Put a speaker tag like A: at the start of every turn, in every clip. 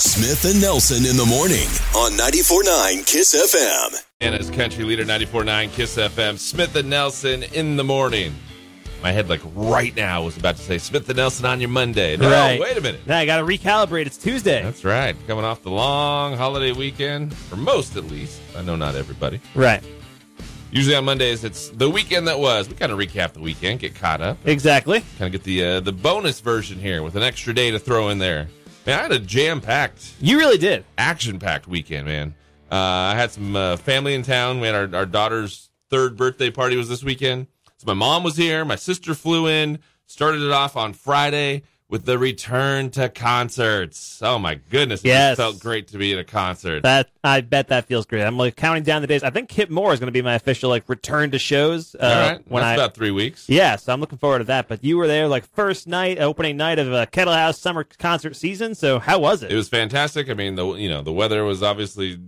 A: Smith and Nelson in the morning on 94.9 Kiss FM.
B: Anna's Country Leader 94.9 Kiss FM. Smith and Nelson in the morning. My head, like right now, was about to say Smith and Nelson on your Monday. No,
C: Right.
B: wait a minute.
C: Now I got to recalibrate. It's Tuesday.
B: That's right. Coming off the long holiday weekend, for most at least. I know not everybody.
C: right.
B: Usually on Mondays, it's the weekend that was. We kind of recap the weekend, get caught up,
C: Exactly.
B: kind of get the uh, the bonus version here with an extra day to throw in there. Man, I had a jam packed
C: You really did.
B: action packed weekend, man. Uh, I had some uh, family in town. We had our, our daughter's third birthday party was this weekend. So my mom was here. My sister flew in. Started it off on Friday with the return to concerts. Oh my goodness! It
C: Yes.
B: just felt great to be at a concert.
C: That I bet that feels great. I'm like counting down the days. I think Kip Moore is going to be my official like return to shows. Uh,
B: All right,
C: When
B: that's
C: I
B: about three weeks.
C: yeah, so I'm looking forward to that. But you were there like first night, opening night of uh, Kettle House summer concert season. So how was it?
B: It was fantastic. I mean, the you know the weather was obviously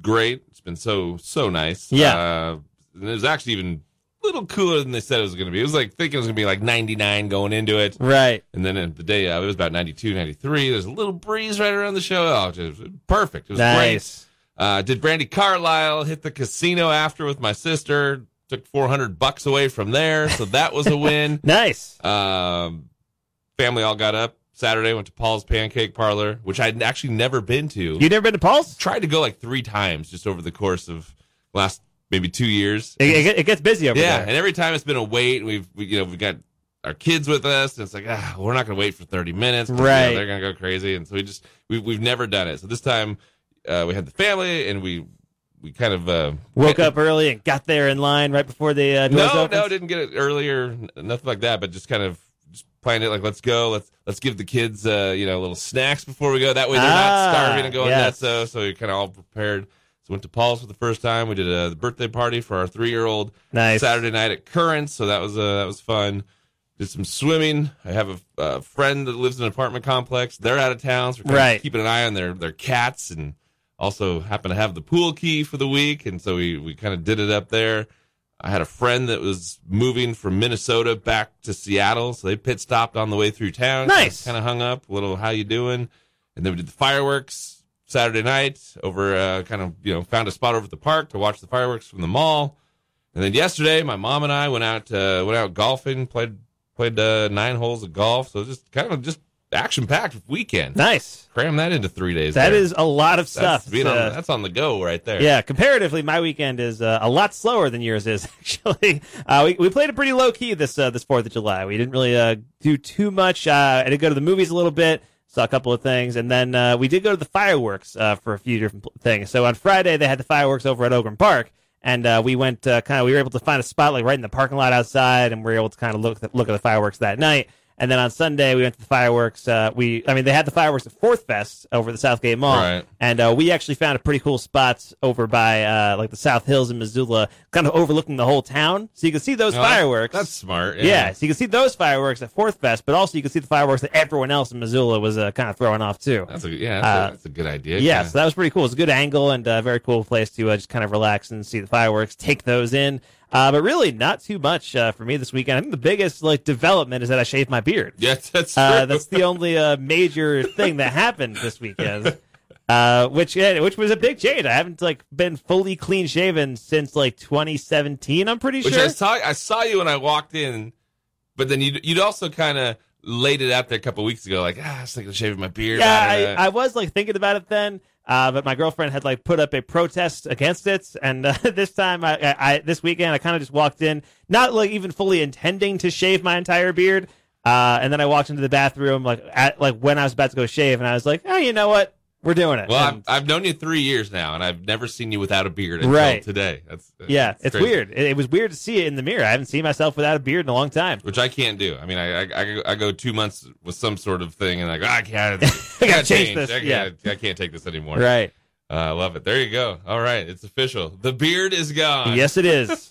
B: great. It's been so so nice.
C: Yeah.
B: uh, and it was actually even a little cooler than they said it was going to be. It was like thinking it was going to be like 99 going into it.
C: right.
B: And then at the day of, it was about 92, 93. There's a little breeze right around the show. Oh, just perfect. It was
C: Nice.
B: great. Uh, did Brandy Carlisle hit the casino after with my sister? Took 400 bucks away from there. So that was a win.
C: Nice.
B: Um, family all got up Saturday, went to Paul's Pancake Parlor, which I'd actually never been to.
C: You never been to Paul's?
B: Tried to go like three times just over the course of last maybe two years.
C: It, it, it gets busy over
B: Yeah,
C: there.
B: and every time it's been a wait. We've we, you know we got our kids with us, and it's like ah, we're not going to wait for thirty minutes. 'cause, you know,
C: Right.
B: they're going to go crazy, and so we just we we've never done it. So this time uh, we had the family, and we we kind of uh,
C: Woke up early and got there in line right before the uh, doors
B: No,
C: opened.
B: no, didn't get it earlier, n- nothing like that. But just kind of just planned it like let's go, let's let's give the kids uh, you know little snacks before we go. That way they're
C: Ah,
B: not starving and going
C: yes.
B: nuts. So so you're kind of all prepared. So went to Paul's for the first time. We did a birthday party for our three year old.
C: Nice.
B: Saturday night at Currents, so that was uh, that was fun. Did some swimming. I have a, a friend that lives in an apartment complex. They're out of town, so we're kinda
C: Right.
B: keeping an eye on their their cats, and also happen to have the pool key for the week, and so we we kind of did it up there. I had a friend that was moving from Minnesota back to Seattle, so they pit stopped on the way through town.
C: Nice.
B: kind of hung up a little. How you doing? And then we did the fireworks Saturday night over. Uh, kind of you know found a spot over at the park to watch the fireworks from the mall. And then yesterday, my mom and I went out uh, went out golfing, played played uh, nine holes of golf. So just kind of just action packed weekend.
C: Nice.
B: Cram that into three days.
C: That
B: there.
C: is a lot of
B: that's,
C: stuff.
B: being on,
C: Uh,
B: that's on the go right there.
C: Yeah, comparatively, my weekend is uh, a lot slower than yours is. Actually, uh, we we played it pretty low key this uh, this Fourth of July. We didn't really uh, do too much. Uh, I did go to the movies a little bit, saw a couple of things, and then uh, we did go to the fireworks uh, for a few different pl- things. So on Friday, they had the fireworks over at Ogram Park. And uh, we went uh, kind of. We were able to find a spot like right in the parking lot outside, and we were able to kind of look look at the fireworks that night. And then on Sunday, we went to the fireworks. Uh, we, I mean, they had the fireworks at Fourth Fest over at the Southgate Mall,
B: Right.
C: and uh, we actually found a pretty cool spot over by uh, like the South Hills in Missoula, kind of overlooking the whole town. So you can see those
B: No, that-
C: fireworks.
B: Oh, That's smart.
C: yeah. so you can see those fireworks at Fourth Fest, but also you can see the fireworks that everyone else in Missoula was uh, kind of throwing off too.
B: That's a yeah. That's,
C: Uh,
B: a, that's a good idea.
C: yeah,
B: Kinda-
C: so that was pretty cool. It's a good angle and a very cool place to uh, just kind of relax and see the fireworks, take those in. Uh, but really, not too much uh, for me this weekend. I think the biggest like development is that I shaved my beard.
B: yeah, that's true.
C: Uh, that's the only uh, major thing that happened this weekend, uh, which yeah, which was a big change. I haven't like been fully clean shaven since like 2017. I'm pretty
B: Which
C: sure.
B: I saw. I saw you when I walked in, but then you'd you'd also kind of laid it out there a couple weeks ago. Like ah, I was thinking of shaving my beard.
C: yeah,
B: don't know.
C: I, I was like thinking about it then. Uh, but my girlfriend had like put up a protest against it, and uh, this time, I, I, I this weekend, I kind of just walked in, not like even fully intending to shave my entire beard, uh, and then I walked into the bathroom like at like when I was about to go shave, and I was like, oh, you know what, we're doing it.
B: well,
C: And-
B: I've, I've known you three years now, and I've never seen you without a beard until
C: Right.
B: today. That's
C: Yeah,
B: that's
C: it's
B: crazy.
C: weird. It, it was weird to see it in the mirror. I haven't seen myself without a beard in a long time.
B: which I can't do. I mean, I I- I, go- I go two months with some sort of thing, and I go, "Ah, I can't, I
C: I
B: gotta
C: gotta change
B: change.
C: this,
B: I,
C: yeah.
B: can't, I can't take this anymore.
C: Right.
B: Uh, I love it. There you go. All right, it's official. The beard is gone.
C: Yes, it is.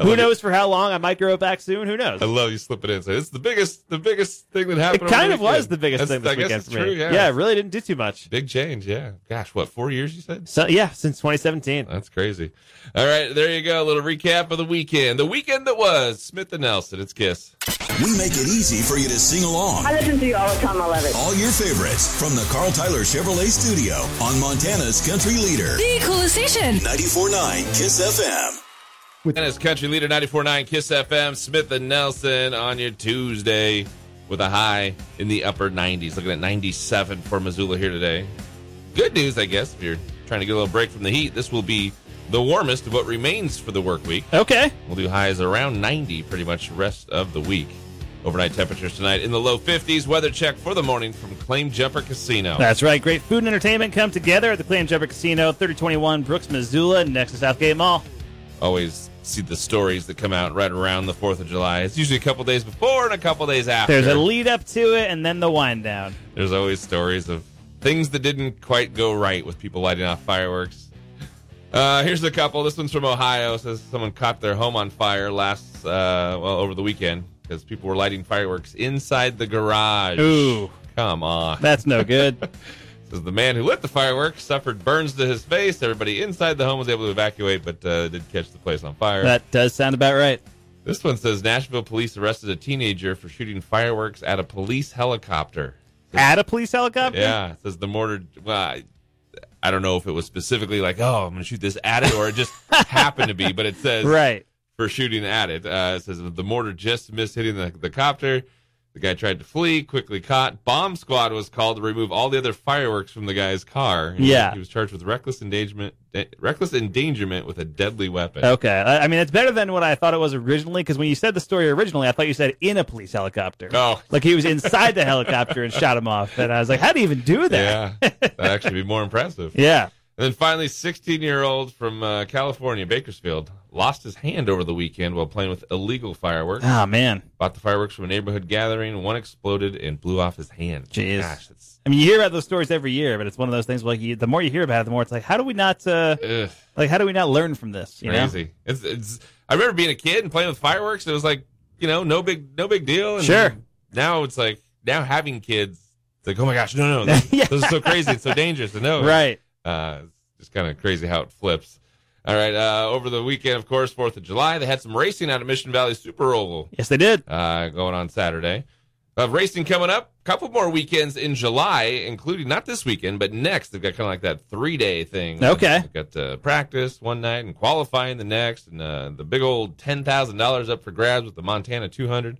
C: Who knows for how long? I might grow it back soon. Who knows?
B: I love you slipping in. So it's the biggest, the biggest thing that happened.
C: It
B: over
C: kind of
B: weekend.
C: was the biggest
B: That's-
C: thing this
B: I guess
C: weekend
B: it's
C: for me.
B: true, yeah.
C: it really didn't do too much.
B: Big change, yeah. Gosh, what four years? You said
C: So yeah, since 2017.
B: that's crazy. All right, there you go. A little recap of the weekend. The weekend that was Smith and Nelson. It's Kiss.
A: We make it easy for you to sing along.
D: I listen to you all the time. I love it.
A: All your favorites from the Carl Tyler Chevrolet Studio on Montana's country leader,
E: The coolest station.
A: 94.9 Kiss FM.
B: And it's country leader 94.9 Kiss FM. Smith and Nelson on your Tuesday with a high in the upper 90s. Looking at 97 for Missoula here today. Good news, I guess, if you're trying to get a little break from the heat. This will be the warmest of what remains for the work week.
C: Okay.
B: We'll do highs around 90 pretty much the rest of the week. Overnight temperatures tonight in the low 50s. Weather check for the morning from Claim Jumper Casino.
C: That's right. Great food and entertainment come together at the Clam Jumper Casino, 3021 Brooks, Missoula, next to Southgate Mall.
B: Always see the stories that come out right around the 4th of July. It's usually a couple days before and a couple days after.
C: There's a lead up to it and then the wind down.
B: There's always stories of things that didn't quite go right with people lighting off fireworks. Uh, here's a couple. This one's from Ohio. Says someone caught their home on fire last, uh, well, over the weekend because people were lighting fireworks inside the garage.
C: Ooh.
B: Come on.
C: That's no good.
B: Says the man who lit the fireworks suffered burns to his face. Everybody inside the home was able to evacuate, but uh, did catch the place on fire.
C: that does sound about right.
B: this one says Nashville police arrested a teenager for shooting fireworks at a police helicopter.
C: At a police helicopter?
B: Yeah, it says the mortar. Well, I, I don't know if it was specifically like, oh, I'm going to shoot this at it, or it just happened to be, but it says
C: Right.
B: for shooting at it. Uh, it says the mortar just missed hitting the, the copter. The guy tried to flee, quickly caught. Bomb squad was called to remove all the other fireworks from the guy's car. And
C: Yeah.
B: he was charged with reckless endangerment, de- reckless endangerment with a deadly weapon.
C: Okay. I, I mean, it's better than what I thought it was originally because when you said the story originally, I thought you said in a police helicopter.
B: Oh.
C: Like he was inside the helicopter and shot him off. And I was like, how do you even do that?
B: Yeah, that'd actually be more impressive.
C: Yeah.
B: And then finally, 16 year old from uh, California, Bakersfield, lost his hand over the weekend while playing with illegal fireworks.
C: Oh, man.
B: Bought the fireworks from a neighborhood gathering. One exploded and blew off his hand.
C: Jeez.
B: Gosh, it's,
C: I mean, you hear about those stories every year, but it's one of those things like you, the more you hear about it, the more it's like, how do we not, uh,
B: ugh,
C: like, how do we not learn from this? You know?
B: crazy. It's, it's, I remember being a kid and playing with fireworks. It was like, you know, no big, no big deal. And
C: Sure.
B: Now it's like, now having kids, it's like, oh my gosh, no, no, no.
C: Yeah.
B: This is so crazy. It's so dangerous to know.
C: Right.
B: Uh, it's just kind of crazy how it flips. All right. Uh, over the weekend, of course, 4th of July, they had some racing out of Mission Valley Super Oval.
C: Yes, they did.
B: uh, going on Saturday. Of racing coming up, couple more weekends in July, including not this weekend, but next. They've got kind of like that three day thing.
C: Okay.
B: They've got uh, practice one night and qualifying the next, and uh, the big old ten thousand dollars up for grabs with the Montana 200.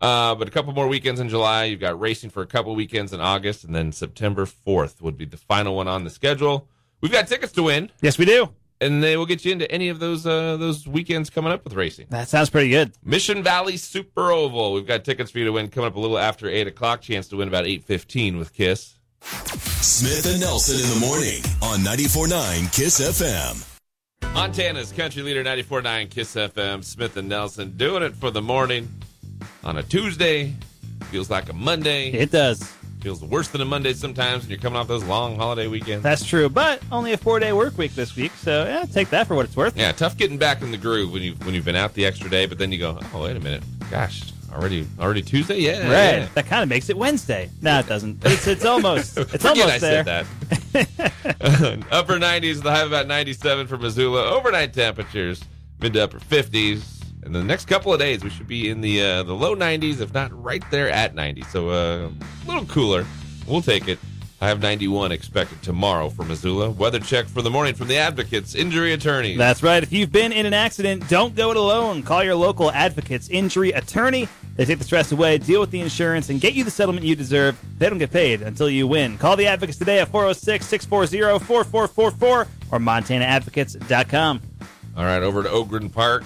B: Uh, but a couple more weekends in July. You've got racing for a couple weekends in August, and then September 4th would be the final one on the schedule. We've got tickets to win,
C: Yes, we do.
B: and they will get you into any of those uh, those weekends coming up with racing.
C: That sounds pretty good.
B: Mission Valley Super Oval. We've got tickets for you to win coming up a little after eight o'clock. Chance to win about eight fifteen with Kiss.
A: Smith and Nelson in the morning on 94.9 Kiss FM.
B: Montana's country leader 94.9 Kiss FM. Smith and Nelson doing it for the morning on a Tuesday. Feels like a Monday.
C: It does.
B: Feels worse than a Monday sometimes when you're coming off those long holiday weekends.
C: That's true. But only a four day work week this week. So, yeah, take that for what it's worth.
B: yeah, tough getting back in the groove when you when you've been out the extra day, but then you go, oh wait a minute, gosh, already already Tuesday, yeah,
C: Right.
B: yeah.
C: That kind of makes it Wednesday. No, it doesn't. It's, it's almost, it's
B: Forget
C: almost
B: I
C: there.
B: said that. upper 90s, the high of about 97 for Missoula. Overnight temperatures, mid to upper 50s. And the next couple of days, we should be in the uh, the low 90s, if not right there at 90. So uh, a little cooler. We'll take it. I have 91 expected tomorrow for Missoula. Weather check for the morning from the Advocates Injury Attorneys.
C: That's right. If you've been in an accident, don't go it alone. Call your local advocate's injury attorney. They take the stress away, deal with the insurance, and get you the settlement you deserve. They don't get paid until you win. Call the advocates today at 406 640 4444 or MontanaAdvocates.com.
B: All right, over to Ogren Park.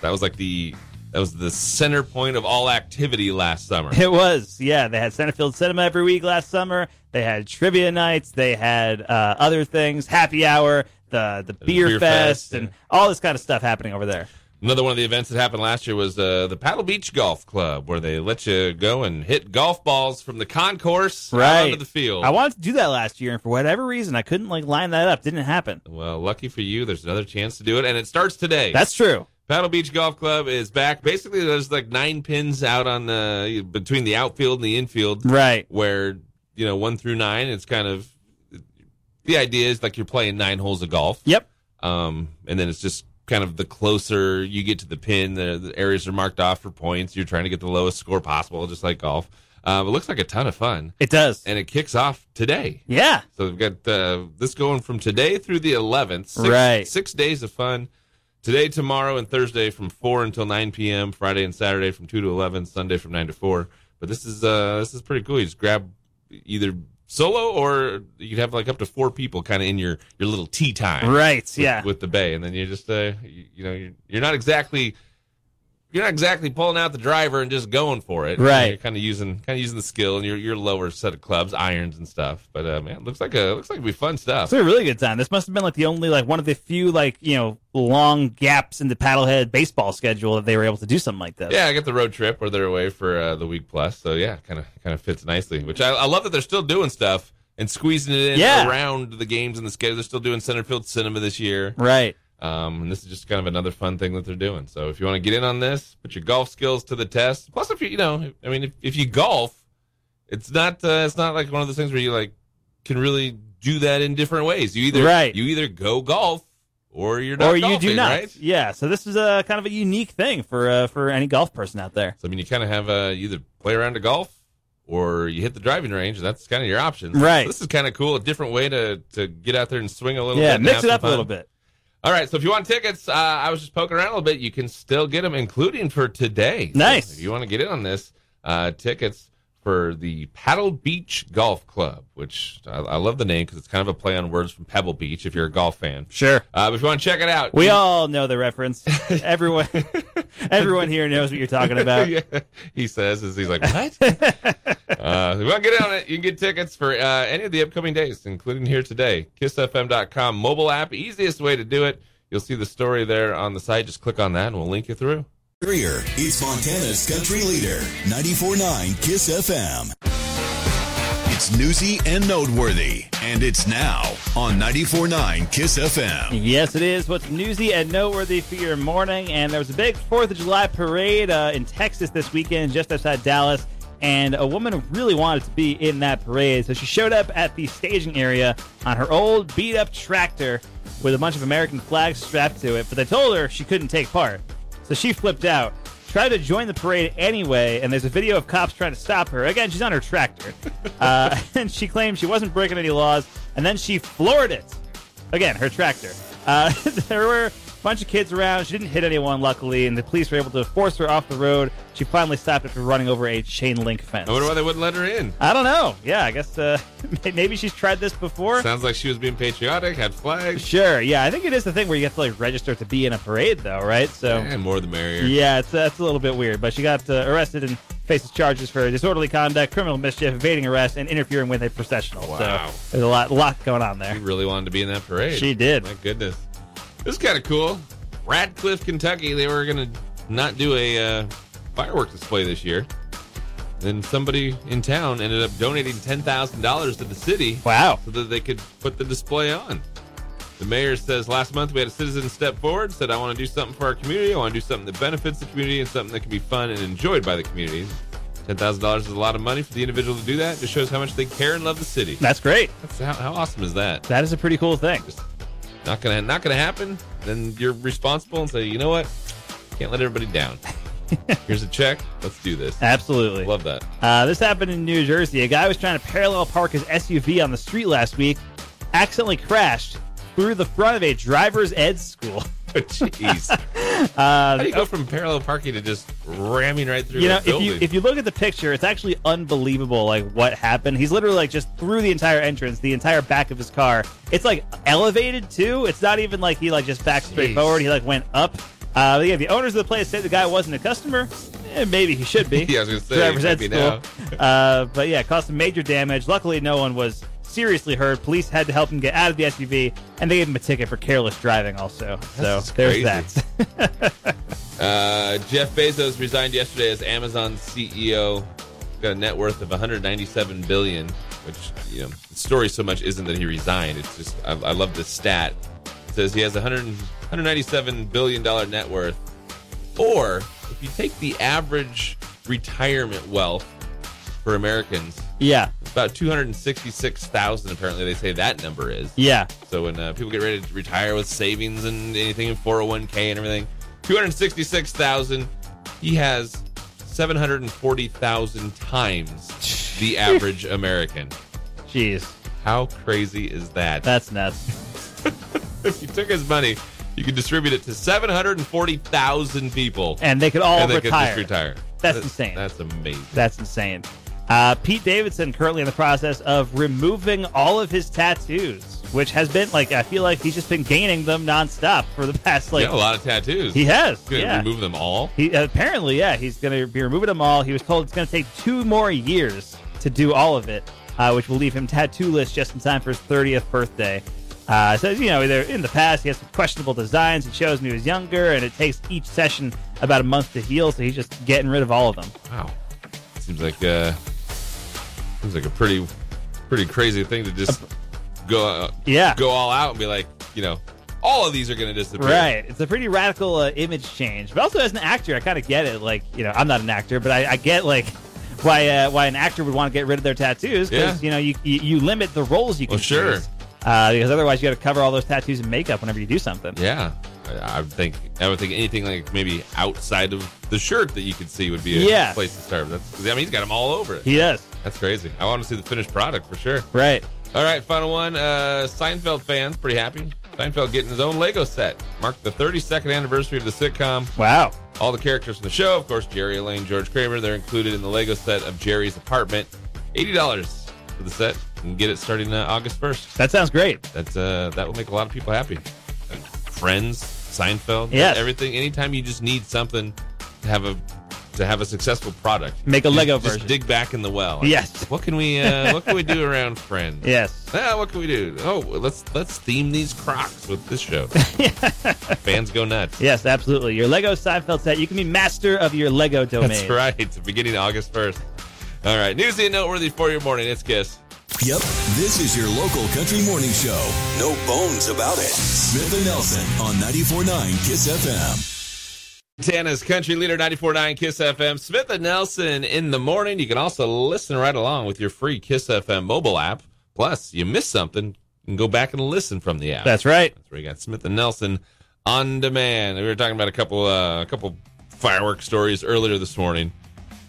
B: That was like the that was the center point of all activity last summer.
C: It was, yeah. They had Centerfield Cinema every week last summer. They had trivia nights. They had uh, other things, happy hour, the the beer,
B: beer
C: fest,
B: fest, yeah.
C: and all this kind of stuff happening over there.
B: Another one of the events that happened last year was uh, the Paddle Beach Golf Club, where they let you go and hit golf balls from the concourse out
C: Right
B: onto the field.
C: I wanted to do that last year, and for whatever reason, I couldn't like line that up. Didn't happen.
B: well, lucky for you, there's another chance to do it, and it starts today.
C: That's true.
B: Paddle Beach Golf Club is back. Basically, there's like nine pins out on the between the outfield and the infield,
C: Right.
B: where you know one through nine. It's kind of the idea is like you're playing nine holes of golf.
C: Yep.
B: Um, and then it's just kind of the closer you get to the pin, the, the areas are marked off for points. You're trying to get the lowest score possible, just like golf. Um, it looks like a ton of fun,
C: It does.
B: and it kicks off today.
C: Yeah.
B: So we've got uh, this going from today through the 11th. Six,
C: Right.
B: Six days of fun. Today, tomorrow, and Thursday from 4 until 9 p.m. Friday and Saturday from 2 to 11. Sunday from 9 to 4. But this is uh, this is pretty cool. You just grab either solo or you could have like up to four people kind of in your, your little tea time
C: Right.
B: with,
C: Yeah.
B: with the bay, and then you're just uh, you, you know you're, you're not exactly you're not exactly pulling out the driver and just going for it. You know,
C: Right.
B: you're kind of using kind of using the skill and your your lower set of clubs, irons and stuff. But uh, man, it looks like a it looks like it'd be fun stuff.
C: It's a really good time. This must have been like the only like one of the few like you know long gaps in the paddlehead baseball schedule that they were able to do something like this.
B: Yeah, I got the road trip where they're away for uh, the week plus, so yeah, kind of kind of fits nicely. Which I, I love that they're still doing stuff and squeezing it in
C: Yeah.
B: around the games and the schedule. They're still doing center field cinema this year.
C: Right.
B: Um, and this is just kind of another fun thing that they're doing. So if you want to get in on this, put your golf skills to the test. Plus, if you, you know, I mean, if, if you golf, it's not uh, it's not like one of those things where you like can really do that in different ways. You either
C: Right.
B: you either go golf or you're not
C: Or you
B: golfing,
C: do not.
B: Right?
C: Yeah. So this is a kind of a unique thing for uh, for any golf person out there.
B: So I mean, you kind of have uh, you either play around to golf or you hit the driving range. And that's kind of your options.
C: Right.
B: this is kind of cool, a different way to to get out there and swing a little. bit
C: Yeah.
B: and
C: Mix
B: have
C: it
B: some
C: up a
B: fun.
C: little bit.
B: All right, so if you want tickets, uh, I was just poking around a little bit. You can still get them, including for today. So
C: Nice.
B: if you want to get in on this, uh, tickets for the Paddle Beach Golf Club, which I, I love the name because it's kind of a play on words from Pebble Beach. If you're a golf fan,
C: Sure.
B: uh, but if you want to check it out,
C: We
B: you-
C: all know the reference. Everyone, everyone here knows what you're talking about.
B: Yeah, he says as he's like, "What?" uh, if you want to get in on it, you can get tickets for uh, any of the upcoming days, including here today. KissFM.com mobile app, easiest way to do it. You'll see the story there on the site. Just click on that, and we'll link you through.
A: Greer is Montana's country leader. 94.9 Kiss FM. It's newsy and noteworthy. And it's now on 94.9 Kiss FM.
C: Yes, it is. What's newsy and noteworthy for your morning? And there was a big Fourth of July parade uh, in Texas this weekend, just outside Dallas. And a woman really wanted to be in that parade, so she showed up at the staging area on her old beat-up tractor with a bunch of American flags strapped to it. But they told her she couldn't take part, so she flipped out. Tried to join the parade anyway, and there's a video of cops trying to stop her. Again, she's on her tractor. Uh, and she claimed she wasn't breaking any laws, and then she floored it. Again, her tractor. Uh, there were a bunch of kids around. She didn't hit anyone, luckily, and the police were able to force her off the road. She finally stopped after running over a chain link fence.
B: I wonder why they wouldn't let her in.
C: I don't know. Yeah, I guess uh, maybe she's tried this before.
B: Sounds like she was being patriotic, had flags.
C: sure. Yeah, I think it is the thing where you have to like register to be in a parade, though, right? So
B: And more the merrier.
C: yeah, it's that's a little bit weird. But she got uh, arrested and faces charges for disorderly conduct, criminal mischief, evading arrest, and interfering with a processional.
B: Wow.
C: So there's a lot, lot going on there.
B: She really wanted to be in that parade.
C: She did.
B: My goodness. This is kind of cool. Radcliffe, Kentucky, they were going to not do a uh, fireworks display this year. Then somebody in town ended up donating $10,000 to the city
C: Wow.
B: so that they could put the display on. The mayor says last month we had a citizen step forward, said, I want to do something for our community. I want to do something that benefits the community and something that can be fun and enjoyed by the community. $10,000 is a lot of money for the individual to do that. It just shows how much they care and love the city.
C: That's great.
B: That's how, how awesome is that?
C: That is a pretty cool thing.
B: Just not gonna not gonna happen. Then you're responsible and say, you know what? Can't let everybody down. Here's a check. Let's do this.
C: Absolutely.
B: Love that.
C: Uh, this happened in New Jersey. A guy was trying to parallel park his SUV on the street last week, accidentally crashed through the front of a driver's ed school.
B: Jeez.
C: Uh,
B: How do you go from parallel parking to just ramming right through?
C: You know,
B: a
C: if
B: building?
C: you if you look at the picture, it's actually unbelievable. Like what happened? He's literally like just through the entire entrance, the entire back of his car. It's like elevated too. It's not even like he like just backed straight
B: Jeez.
C: forward. He like went up. Uh, yeah, the owners of the place say the guy wasn't a customer. Eh, maybe he should be.
B: Yeah, I was gonna say,
C: driver's ed
B: maybe
C: school. uh, but yeah, it caused some major damage. Luckily, no one was seriously hurt. Police had to help him get out of the SUV, and they gave him a ticket for careless driving. Also, so
B: is crazy.
C: there's that.
B: Uh, Jeff Bezos resigned yesterday as Amazon CEO. He's got a net worth of 197 billion, which you know the story so much isn't that he resigned. It's just I, I love this stat. It says he has 100, 197 billion dollar net worth, Or if you take the average retirement wealth for Americans,
C: Yeah.
B: about 266,000 apparently they say that number is.
C: Yeah.
B: So when uh, people get ready to retire with savings and anything in 401k and everything, 266,000, he has 740,000 times the average American.
C: Jeez.
B: How crazy is that?
C: That's nuts.
B: if you took his money, you could distribute it to 740,000 people
C: And they could all
B: and they
C: retire.
B: could just retire.
C: That's insane.
B: That's amazing.
C: That's insane. Uh, Pete Davidson currently in the process of removing all of his tattoos, which has been like I feel like he's just been gaining them nonstop for the past
B: He
C: like
B: got a lot of tattoos.
C: he has.
B: Gonna
C: yeah.
B: remove them all.
C: He apparently, yeah, he's going to be removing them all. He was told it's going to take two more years to do all of it, uh, which will leave him tattooless just in time for his 30th birthday. Uh, so you know, there in the past, he had some questionable designs and shows when he was younger, and it takes each session about a month to heal. So he's just getting rid of all of them.
B: Wow. Seems like uh seems like a pretty pretty crazy thing to just go uh,
C: Yeah,
B: go all out and be like, you know, all of these are going to disappear.
C: right. It's a pretty radical uh, image change, but also as an actor, I kind of get it. Like, you know, I'm not an actor, but I, I get like. Why, uh, why an actor would want to get rid of their tattoos because
B: Yeah.
C: you know you, you you limit the roles you can
B: Well, sure.
C: choose. Uh, because otherwise, you got to cover all those tattoos and makeup whenever you do something.
B: Yeah. I, I would think I would think anything like maybe outside of the shirt that you could see would be a
C: Yeah.
B: place to start. That's 'cause, I mean he's got them all over it.
C: He does.
B: That's crazy. I want to see the finished product for sure.
C: Right.
B: All right, final one. Uh, Seinfeld fans pretty happy. Seinfeld getting his own Lego set marked the 32nd anniversary of the sitcom.
C: Wow.
B: All the characters from the show, of course, Jerry, Elaine, George Kramer, they're included in the Lego set of Jerry's apartment. Eighty dollars for the set. You can get it starting uh, August first.
C: That sounds great.
B: That's uh, that will make a lot of people happy. Friends, Seinfeld,
C: Yes.
B: everything. Anytime you just need something to have a to have a successful product,
C: Make a
B: Just-
C: Lego
B: just
C: version.
B: dig back in the well.
C: Yes.
B: What can we uh, What can we do around Friends?
C: Yes.
B: Ah, what can we do? Oh, let's let's theme these Crocs with this show. Fans go nuts.
C: Yes, absolutely. Your Lego Seinfeld set. You can be master of your Lego domain.
B: That's right. Beginning of August 1st. All right. Newsy and noteworthy for your morning. It's Kiss.
A: Yep, this is your local country morning show. No bones about it. Smith and Nelson on 94.9 Kiss FM.
B: Tana's Country Leader 94.9 Kiss FM. Smith and Nelson in the morning. You can also listen right along with your free Kiss FM mobile app. Plus, you miss something, you can go back and listen from the app.
C: That's right.
B: That's where you got Smith and Nelson on demand. We were talking about a couple uh, a couple fireworks stories earlier this morning.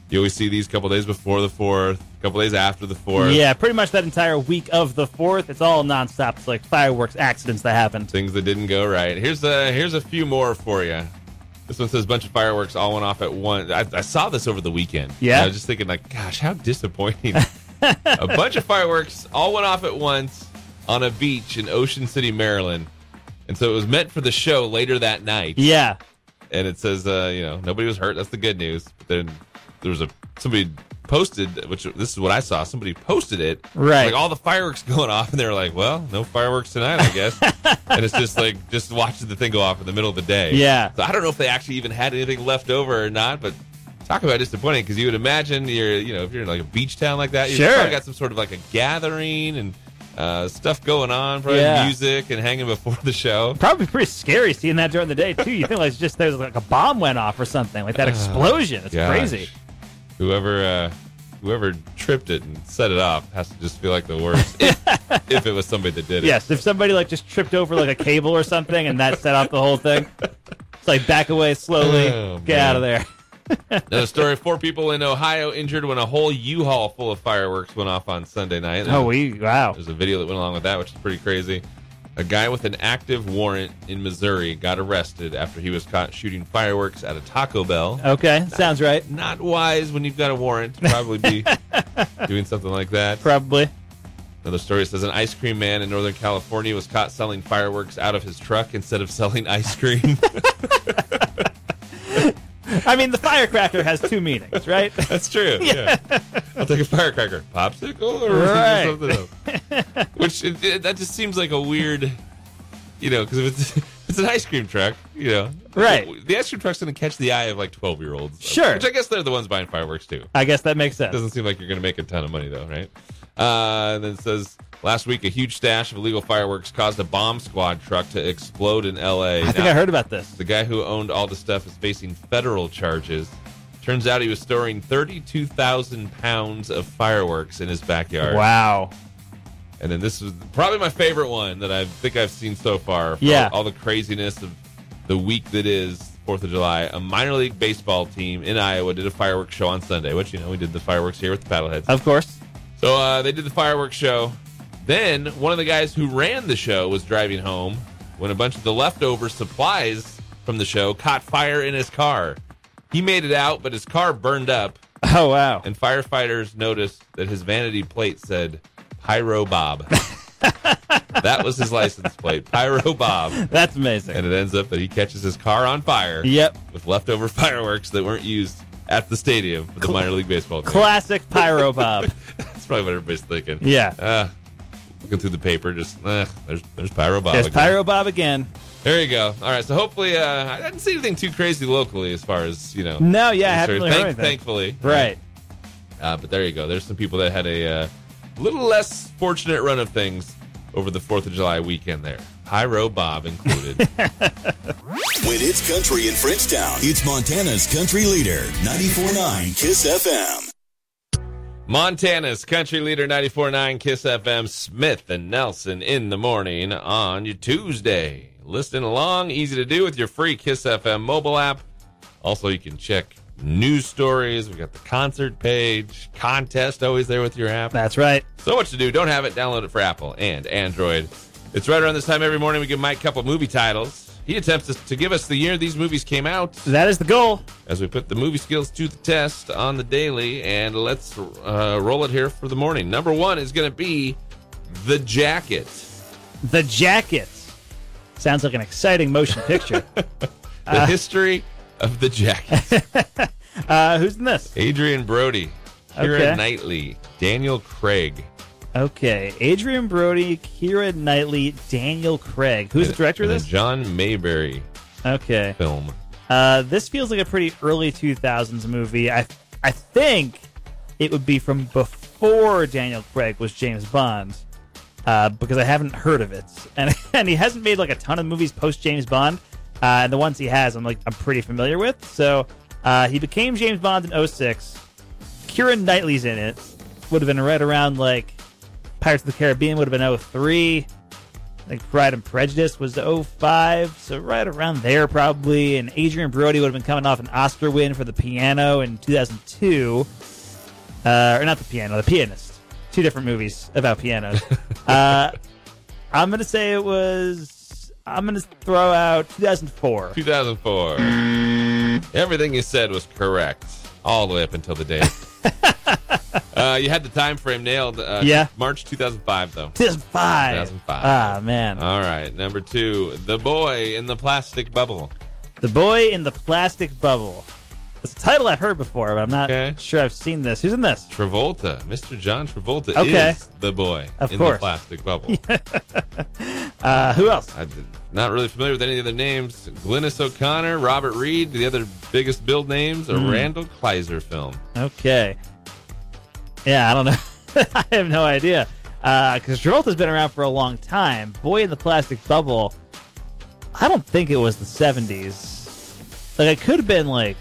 B: You always see these a couple days before the fourth, a couple days after the fourth.
C: Yeah, pretty much that entire week of the fourth. It's all nonstop. It's like fireworks accidents that happened.
B: things that didn't go right. Here's a here's a few more for you. This one says bunch of fireworks all went off at once. I, I saw this over the weekend.
C: Yeah?
B: And I was just thinking like, gosh, how disappointing. a bunch of fireworks all went off at once on a beach in Ocean City, Maryland. And so it was meant for the show later that night.
C: Yeah.
B: And it says, uh, you know, nobody was hurt. That's the good news. But then there was a somebody posted, which this is what I saw. Somebody posted it,
C: Right.
B: Like all the fireworks going off, and they were like, "Well, no fireworks tonight, I guess." and it's just like just watching the thing go off in the middle of the day.
C: Yeah.
B: So I don't know if they actually even had anything left over or not, but. Talk about disappointing because you would imagine you're, you know, if you're in like a beach town like that, you've
C: Sure.
B: probably got some sort of like a gathering and uh, stuff going on, probably
C: Yeah.
B: music and hanging before the show.
C: Probably pretty scary seeing that during the day too. You think like it's just there's like a bomb went off or something like that explosion. It's
B: Gosh.
C: crazy.
B: Whoever uh, whoever tripped it and set it off has to just feel like the worst. if, if it was somebody that did it,
C: Yes, if somebody like just tripped over like a cable or something and that set off the whole thing. It's like back away slowly,
B: Oh,
C: get out of there.
B: Another story: four people in Ohio injured when a whole U-Haul full of fireworks went off on Sunday night.
C: Oh, we wow.
B: There's a video that went along with that, which is pretty crazy. A guy with an active warrant in Missouri got arrested after he was caught shooting fireworks at a Taco Bell.
C: Okay, sounds right.
B: Not wise when you've got a warrant to probably be doing something like that.
C: Probably.
B: Another story says an ice cream man in Northern California was caught selling fireworks out of his truck instead of selling ice cream.
C: I mean, the firecracker has two meanings, right?
B: That's true. Yeah. I'll take a firecracker. Popsicle or
C: Right.
B: something else. Which it, it- that just seems like a weird, you know, because if it's, if it's an ice cream truck, you know.
C: Right.
B: The ice cream truck's going to catch the eye of like 12 year olds.
C: Sure.
B: Which I guess they're the ones buying fireworks too.
C: I guess that makes sense.
B: Doesn't seem like you're going to make a ton of money though, right? Uh, and then it says Last week, a huge stash of illegal fireworks caused a bomb squad truck to explode in L.A.
C: I think
B: Now,
C: I heard about this.
B: The guy who owned all the stuff is facing federal charges. Turns out he was storing 32,000 pounds of fireworks in his backyard.
C: Wow.
B: And then this was probably my favorite one that I think I've seen so far. for
C: Yeah.
B: All the craziness of the week that is Fourth of July. A minor league baseball team in Iowa did a fireworks show on Sunday, which you know we did the fireworks here with the paddleheads.
C: Of course.
B: So uh, they did the fireworks show. Then one of the guys who ran the show was driving home when a bunch of the leftover supplies from the show caught fire in his car. He made it out, but his car burned up,
C: Oh wow.
B: and firefighters noticed that his vanity plate said Pyro Bob. that was his license plate, Pyro Bob.
C: That's amazing.
B: And it ends up that he catches his car on fire
C: Yep.
B: with leftover fireworks that weren't used at the stadium for the minor league baseball team.
C: Classic Pyro Bob.
B: That's probably what everybody's thinking.
C: Yeah.
B: Uh, looking through the paper, just uh, there's there's Pyro Bob.
C: There's
B: again.
C: Pyro Bob again.
B: There you go. All right. So hopefully, uh, I didn't see anything too crazy locally as far as you know.
C: No, yeah, I haven't
B: concerns.
C: really heard
B: Thank-
C: anything.
B: Thankfully,
C: Right.
B: Uh, but there you go. There's some people that had a uh, little less fortunate run of things over the Fourth of July weekend. There, Pyro Bob included.
A: When it's country in Frenchtown, it's Montana's country leader, 94.9 Kiss FM.
B: Montana's country leader 94.9 Kiss FM, Smith and Nelson in the morning on your Tuesday. Listening along, easy to do with your free Kiss FM mobile app. Also, you can check news stories. We got the concert page, contest always there with your app.
C: That's right.
B: So much to do. Don't have it. Download it for Apple and Android. It's right around this time every morning we give Mike a couple movie titles. He attempts to- to give us the year these movies came out
C: That is the goal.
B: as we put the movie skills to the test on the daily. And let's uh, roll it here for the morning. Number one is going to be The Jacket.
C: The jacket. Sounds like an exciting motion picture.
B: The
C: Ah.
B: history of The Jacket.
C: uh, who's in this?
B: Adrian Brody, Kira
C: Okay.
B: Knightley, Daniel Craig.
C: Okay, Adrian Brody, Kira Knightley, Daniel Craig. Who's the director of
B: And a
C: this?
B: John Mayberry
C: Okay,
B: film.
C: uh, this feels like a pretty early two thousands movie. I I think it would be from before Daniel Craig was James Bond, uh, because I haven't heard of it, and and he hasn't made like a ton of movies post James Bond, uh, and the ones he has, I'm like I'm pretty familiar with. So uh, he became James Bond in 06. Kieran Knightley's in it. Would have been right around like Pirates of the Caribbean would have been 03. I think Pride and Prejudice was 05, so right around there probably. And Adrian Brody would have been coming off an Oscar win for The Piano in 2002. Uh, or not The Piano, The Pianist. Two different movies about pianos. uh, I'm going to say it was. I'm going to throw out 2004.
B: 2004. Everything you said was correct all the way up until the day. uh, you had the time frame nailed. Uh,
C: Yeah.
B: March 2005, though.
C: 2005.
B: 2005.
C: Ah, man.
B: All right, number two, the boy in the plastic bubble.
C: The Boy in the Plastic Bubble. It's a title I've heard before, but I'm not
B: Okay.
C: sure I've seen this. Who's in this?
B: Travolta, Mr. John Travolta
C: Okay.
B: is the boy
C: Of
B: in the
C: course.
B: plastic bubble.
C: Uh, who else?
B: I'm not really familiar with any of the names. Glynis O'Connor, Robert Reed, the other biggest build names, a
C: Hmm.
B: Randall Kleiser film.
C: Okay. Yeah, I don't know. I have no idea. Because Travolta's been around for a long time. Boy in the Plastic Bubble. I don't think it was the 70s. Like, it could have been like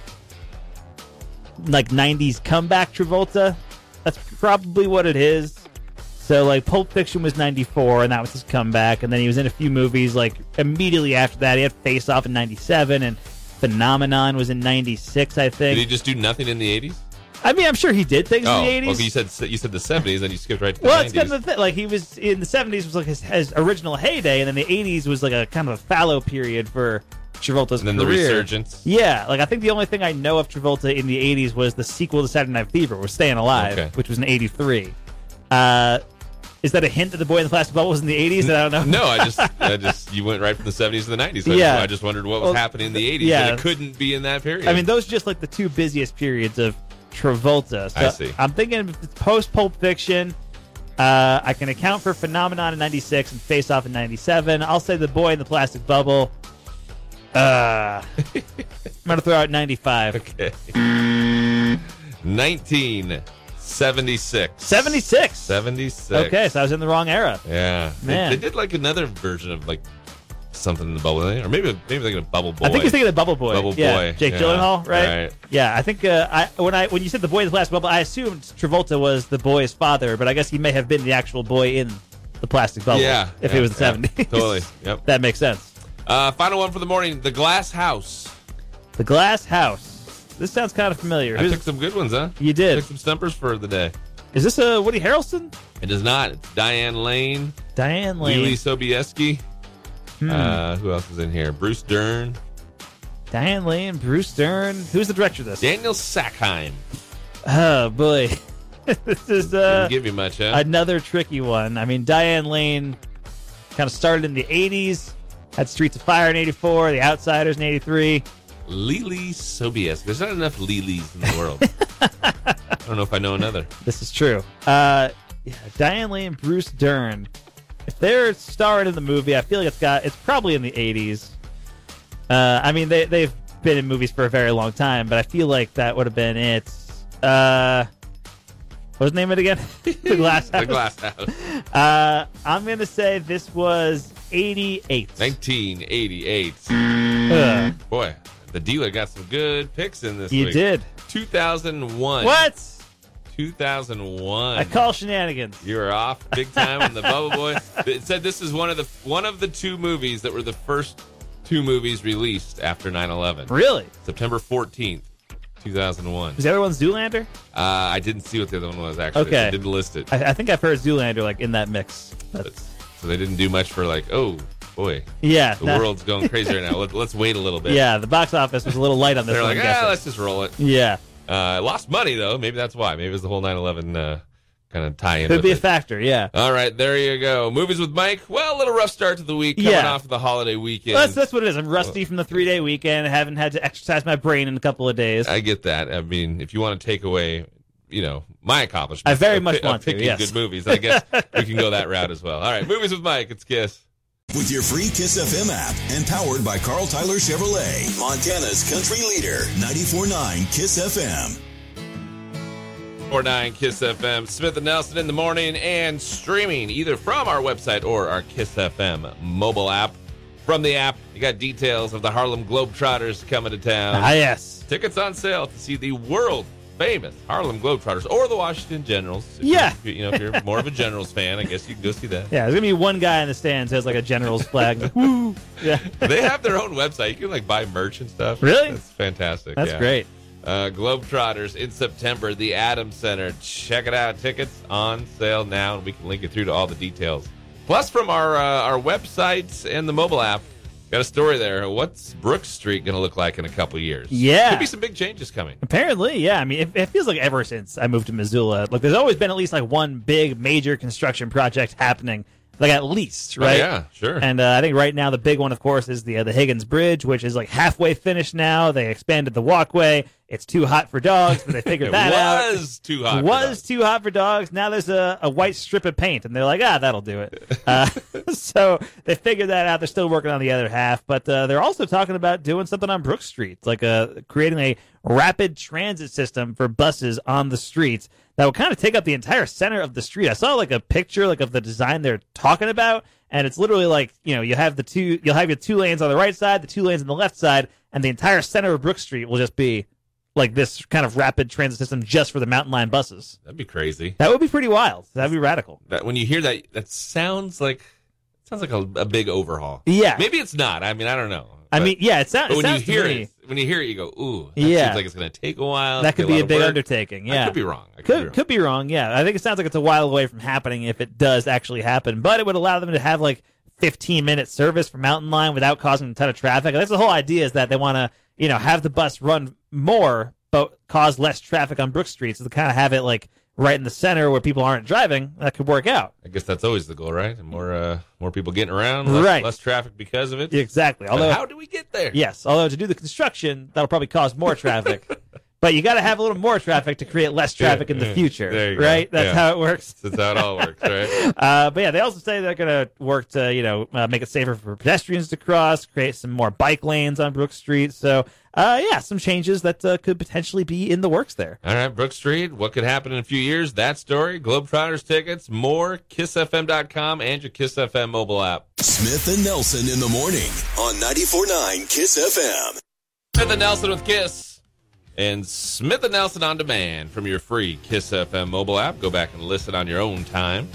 C: like 90s comeback Travolta. That's probably what it is. So, like, Pulp Fiction was 94, and that was his comeback. And then he was in a few movies, like, immediately after that. He had Face Off in 97, and Phenomenon was in 96, I
B: Did
C: think.
B: he just do nothing in the 80s?
C: I mean, I'm sure he did things
B: Oh,
C: in the 80s.
B: okay, you said you said the 70s, then you skipped right to the
C: well,
B: 90s.
C: it's kind of the thing. Like he was in the 70s was like his, his original heyday, and then the 80s was like a kind of a fallow period for Travolta's
B: and then the
C: career.
B: resurgence.
C: Yeah, like I think the only thing I know of Travolta in the 80s was the sequel to Saturday Night Fever, was Staying Alive,
B: Okay.
C: which was in 83. Uh, is that a hint that the boy in the plastic bubble was in the 80s? that I don't know.
B: No, I just, I just, you went right from the 70s to the 90s. I
C: Yeah.
B: Just, I just wondered what was
C: Well,
B: happening in the 80s.
C: yeah.
B: And it couldn't be in that period.
C: I mean, those are just like the two busiest periods of Travolta. So
B: I see.
C: I'm thinking if it's post Pulp Fiction. Uh, I can account for Phenomenon in '96 and Face Off in '97. I'll say The Boy in the Plastic Bubble. Uh, I'm gonna throw out '95.
B: Okay. 19 76.
C: 76.
B: 76.
C: Okay, so I was in the wrong era.
B: Yeah. They-
C: Man.
B: They, did like another version of like something in the bubble, or maybe maybe they're gonna bubble boy.
C: I think he's thinking of the Bubble Boy.
B: Bubble
C: yeah,
B: Boy,
C: Jake
B: yeah,
C: Gyllenhaal, right?
B: right.
C: Yeah, I think uh, I when I when you said the boy in the plastic bubble, I assumed Travolta was the boy's father, but I guess he may have been the actual boy in the plastic bubble.
B: Yeah,
C: if
B: yeah,
C: it was the
B: yeah.
C: seventies.
B: Totally, yep.
C: that makes sense.
B: uh, final one for the morning: the glass house.
C: The Glass House. This sounds kind of familiar.
B: I
C: Who's-
B: picked some good ones, huh?
C: You did.
B: Picked some stumpers for the day.
C: Is this a Woody Harrelson?
B: It is not. It's Diane Lane,
C: Diane Lane. Hmm.
B: Lily Sobieski. Uh, who else is in here? Bruce Dern,
C: Diane Lane. Bruce Stern. Who's the director of this?
B: Daniel Sackheim.
C: Oh boy, this is
B: Didn't
C: uh,
B: give you much, huh?
C: another tricky one. I mean, Diane Lane kind of started in the '80s, had Streets of Fire in '84, The Outsiders in '83.
B: Lily Sobieski. There's not enough Lilies in the world. I don't know if I know another.
C: This is true. Uh, yeah, Diane Lane, Bruce Dern. If they're starred in the movie, I feel like it's got it's probably in the '80s. Uh, I mean, they they've been in movies for a very long time, but I feel like that would have been it. Uh, what was the name of it again? the Glass House.
B: The Glass House.
C: Uh, I'm gonna say this was 88.
B: 1988.
C: Ugh,
B: Boy, the dealer got some good picks in this
C: you
B: week.
C: did
B: 2001.
C: what?
B: 2001.
C: I call shenanigans.
B: you were off big time on the Bubble Boy. It said this is one of the one of the two movies that were the first two movies released after 9/11.
C: Really?
B: September 14th, 2001.
C: Was the other one Zoolander?
B: Uh, I didn't see what the other one was actually. so
C: Okay.
B: I didn't list it.
C: I, I think I've heard Zoolander like in that mix.
B: But-
C: That's,
B: so they didn't do much for like, oh boy,
C: yeah.
B: the
C: that-
B: world's going crazy right now. Let, let's wait a little bit.
C: Yeah, the box office was a little light on this
B: They're
C: one.
B: like,
C: I'm
B: ah,
C: guessing.
B: let's just roll it.
C: yeah,
B: Uh, lost money though. Maybe that's why. Maybe it was the whole 9/11 uh, kind of tie-in.
C: could
B: with
C: be a
B: it.
C: factor. Yeah.
B: All right, there you go. Movies with Mike. Well, a little rough start to the week coming
C: Yeah.
B: off of the holiday weekend.
C: Well, that's, that's what it is. I'm rusty from the three day weekend. I haven't had to exercise my brain in a couple of days.
B: I get that. I mean, if you want to take away, you know, my accomplishment,
C: I very much want to,
B: picking
C: yes.
B: good movies. I guess we can go that route as well. All right, movies with Mike. It's Kiss.
A: With your free Kiss FM app and powered by Carl Tyler Chevrolet, Montana's country leader, 94.9 Kiss FM.
B: Four nine Kiss FM. Smith and Nelson in the morning and streaming either from our website or our Kiss FM mobile app. From the app, you got details of the Harlem Globetrotters coming to town.
C: ah, yes.
B: Tickets on sale to see the world famous Harlem Globetrotters or the Washington Generals. If
C: Yeah.
B: you're- you know, if you're more of a Generals fan, I guess you can go see that.
C: Yeah, there's gonna be one guy in the stands who has like a general's flag. Woo! Yeah,
B: They have their own website. You can like buy merch and stuff.
C: Really?
B: It's fantastic.
C: that's
B: yeah.
C: great.
B: Uh, Globetrotters in September, the Adams Center. Check it out. Tickets on sale now, and we can link it through to all the details. Plus, from our uh, our websites and the mobile app, got a story there. What's Brook Street going to look like in a couple years?
C: Yeah.
B: could be some big changes coming.
C: Apparently, yeah. I mean, it, it feels like ever since I moved to Missoula, like there's always been at least like one big major construction project happening, like at least,
B: Oh,
C: right?
B: yeah, sure.
C: And uh, I think right now the big one, of course, is the uh, the Higgins Bridge, which is like halfway finished now. They expanded the walkway. It's too hot for dogs, but they figured
B: it
C: that out.
B: was too hot. for
C: was
B: that.
C: too hot for dogs. Now there's a, a white strip of paint, and they're like, ah, that'll do it. Uh, so they figured that out. They're still working on the other half, but uh, they're also talking about doing something on Brook Street, like uh, creating a rapid transit system for buses on the streets that would kind of take up the entire center of the street. I saw like a picture like of the design they're talking about, and it's literally like you know you have the two you'll have your two lanes on the right side, the two lanes on the left side, and the entire center of Brook Street will just be. Like this kind of rapid transit system just for the mountain line buses.
B: That'd be crazy.
C: That would be pretty wild. That'd be radical.
B: That when you hear that, that sounds like sounds like a, a big overhaul.
C: Yeah.
B: Maybe it's not. I mean, I don't know.
C: I
B: But-
C: mean, yeah, it, sound,
B: but
C: it
B: when you
C: sounds
B: hear
C: to me
B: it, when you hear it, you go, "Ooh, that
C: Yeah.
B: seems like it's going to take a while."
C: that could
B: It's gonna lot
C: be a
B: of
C: big
B: work."
C: undertaking.
B: I
C: Yeah,
B: could be wrong. I could, be
C: could,
B: wrong.
C: could be wrong. Yeah, I think it sounds like it's a while away from happening if it does actually happen. But it would allow them to have like 15 minute service for Mountain Line without causing a ton of traffic. That's the whole idea is that they want to you know have the bus run more but cause less traffic on Brook Street. So to kind of have it like right in the center where people aren't driving, that could work out.
B: I guess that's always the goal, right? And more uh, more people getting around, less,
C: Right.
B: less traffic because of it.
C: Exactly.
B: But
C: Although
B: how do we get there?
C: Yes, although to do the construction, that'll probably cause more traffic. But you got to have a little more traffic to create less traffic in the
B: yeah,
C: future,
B: there you go.
C: right?
B: Yeah.
C: That's how it works.
B: That's how it all works, right?
C: Uh, but yeah, they also say they're going to work to you know uh, make it safer for pedestrians to cross, create some more bike lanes on Brook Street. So uh, yeah, some changes that uh, could potentially be in the works there.
B: All right, Brook Street. What could happen in a few years? That story, Globetrotters tickets, more, kissfm.com, and your Kiss FM mobile app.
A: Smith and Nelson in the morning on 94.9 Kiss FM.
B: Smith and Nelson with Kiss. And Smith and Nelson on demand from your free Kiss FM mobile app. Go back and listen on your own time.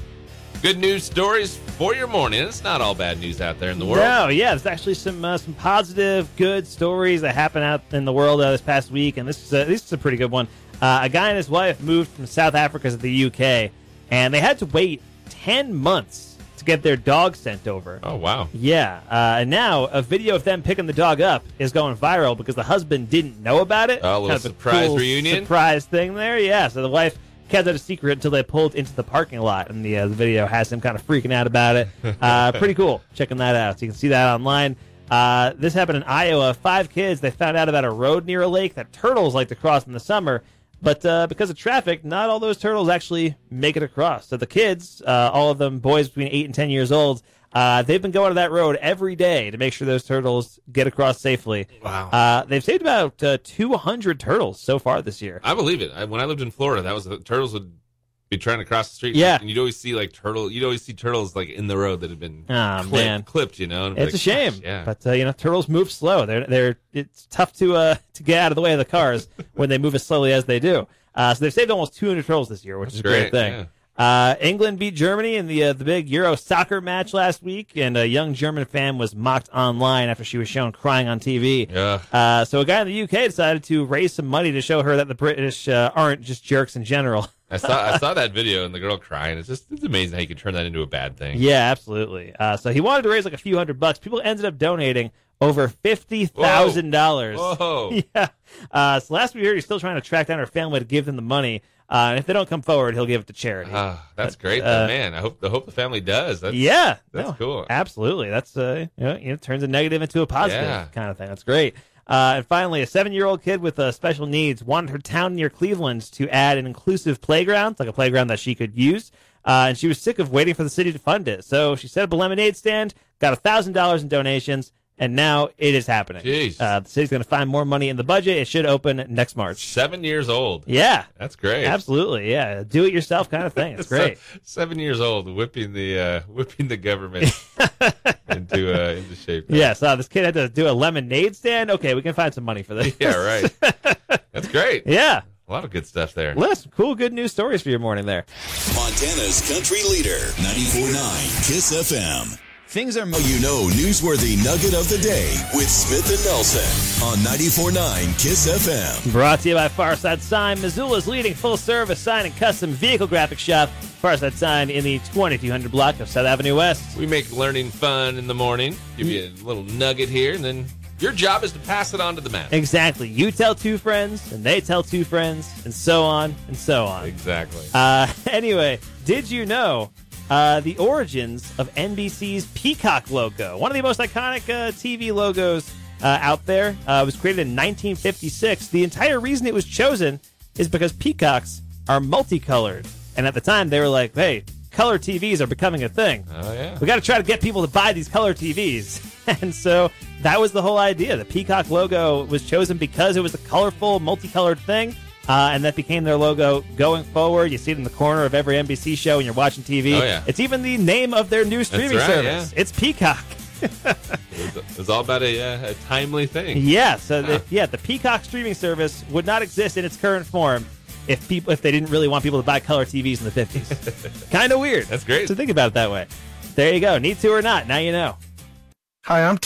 B: Good news stories for your morning. It's not all bad news out there in the world.
C: No, yeah, there's actually some uh, some positive, good stories that happened out in the world uh, this past week, and this is a, this is a pretty good one. Uh, a guy and his wife moved from South Africa to the UK, and they had to wait ten months to get their dog sent over.
B: Oh wow.
C: Yeah, uh, and now a video of them picking the dog up is going viral because the husband didn't know about it.
B: Oh, a little surprise reunion?
C: surprise thing there. Yeah, so the wife kept it a secret until they pulled into the parking lot, and the, uh, the video has him kind of freaking out about it. Uh, pretty cool. Checking that out. So you can see that online. Uh, this happened in Iowa. Five kids they found out about a road near a lake that turtles like to cross in the summer. But uh, because of traffic, not all those turtles actually make it across. So the kids, uh, all of them boys between 8 and 10 years old, uh, they've been going to that road every day to make sure those turtles get across safely.
B: Wow.
C: Uh, they've saved about uh, 200 turtles so far this year.
B: I believe it. I, when I lived in Florida, that was the turtles would be trying to cross the street.
C: Yeah.
B: And you'd always see like turtle you'd always see turtles like in the road that had been
C: Aw,
B: clipped,
C: Ah, man.
B: clipped, you know. and
C: It's
B: like,
C: a shame,
B: gosh, yeah.
C: but uh, you know turtles move slow. They're they're it's tough to uh to get out of the way of the cars when they move as slowly as they do. Uh, so they've saved almost 200 turtles this year, which is a
B: great,
C: great, thing. Uh, England beat Germany in the uh, the big Euro soccer match last week, and a young German fan was mocked online after she was shown crying on TV.
B: Ugh.
C: Uh, so a guy in the UK decided to raise some money to show her that the British uh, aren't just jerks in general.
B: I saw I saw that video and the girl crying. It's just it's amazing how you can turn that into a bad thing.
C: Yeah, absolutely. Uh, so he wanted to raise like a few hundred bucks. People ended up donating over fifty thousand dollars.
B: Whoa.
C: Yeah. Uh, so last we heard, he's still trying to track down her family to give them the money. Uh, and if they don't come forward, he'll give it to charity.
B: Ah, that's great,
C: uh,
B: though, man. I hope I hope the family does. That's,
C: yeah,
B: that's
C: no,
B: cool.
C: Absolutely, that's uh, you know, you know, turns a negative into a positive
B: Yeah.
C: kind of thing. That's great. Uh, and finally, a seven-year-old kid with uh, special needs wanted her town near Cleveland to add an inclusive playground, like a playground that she could use. Uh, and she was sick of waiting for the city to fund it, so she set up a lemonade stand, got thousand dollars in donations, and now it is happening.
B: Jeez.
C: Uh, the city's going to find more money in the budget. It should open next March.
B: Seven years old.
C: Yeah.
B: That's great.
C: Absolutely, yeah. Do it yourself kind of thing. It's
B: Se-
C: great.
B: seven years old, whipping the uh, whipping the government into uh, into shape.
C: Yeah, so this kid had to do a lemonade stand. Okay, we can find some money for this.
B: Yeah, right. That's great.
C: yeah.
B: A lot of good stuff there.
C: Well, that's some cool good news stories for your morning there.
A: Montana's country leader, 94.9 Kiss FM.
D: Things are
A: Now you know newsworthy nugget of the day with Smith and Nelson on 94.9 Kiss FM.
C: Brought to you by Farside Sign, Missoula's leading full service sign and custom vehicle graphic shop. Farside Sign in the 2200 block of South Avenue West.
B: We make learning fun in the morning. Give you a little nugget here, and then your job is to pass it on to the man.
C: Exactly. You tell two friends, and they tell two friends, and so on, and so on.
B: Exactly.
C: Uh, anyway, did you know uh, the origins of NBC's Peacock logo? One of the most iconic uh, TV logos uh, out there. Uh, it was created in 1956. The entire reason it was chosen is because peacocks are multicolored. And at the time, they were like, hey, color TVs are becoming a thing.
B: oh yeah.
C: We got to try to get people to buy these color TVs. And so that was the whole idea. The peacock logo was chosen because it was a colorful, multicolored thing. Uh, and that became their logo going forward. You see it in the corner of every NBC show when you're watching TV.
B: Oh, yeah.
C: It's even the name of their new streaming
B: right,
C: service.
B: yeah.
C: It's Peacock.
B: It was, it was all about a, uh, a timely thing.
C: Yeah. So the, yeah, the Peacock streaming service would not exist in its current form if people if they didn't really want people to buy color TVs in the 50s. kind of weird.
B: That's great.
C: To think about it that way. There you go. Need to or not. Now you know.
D: Hi, I'm T.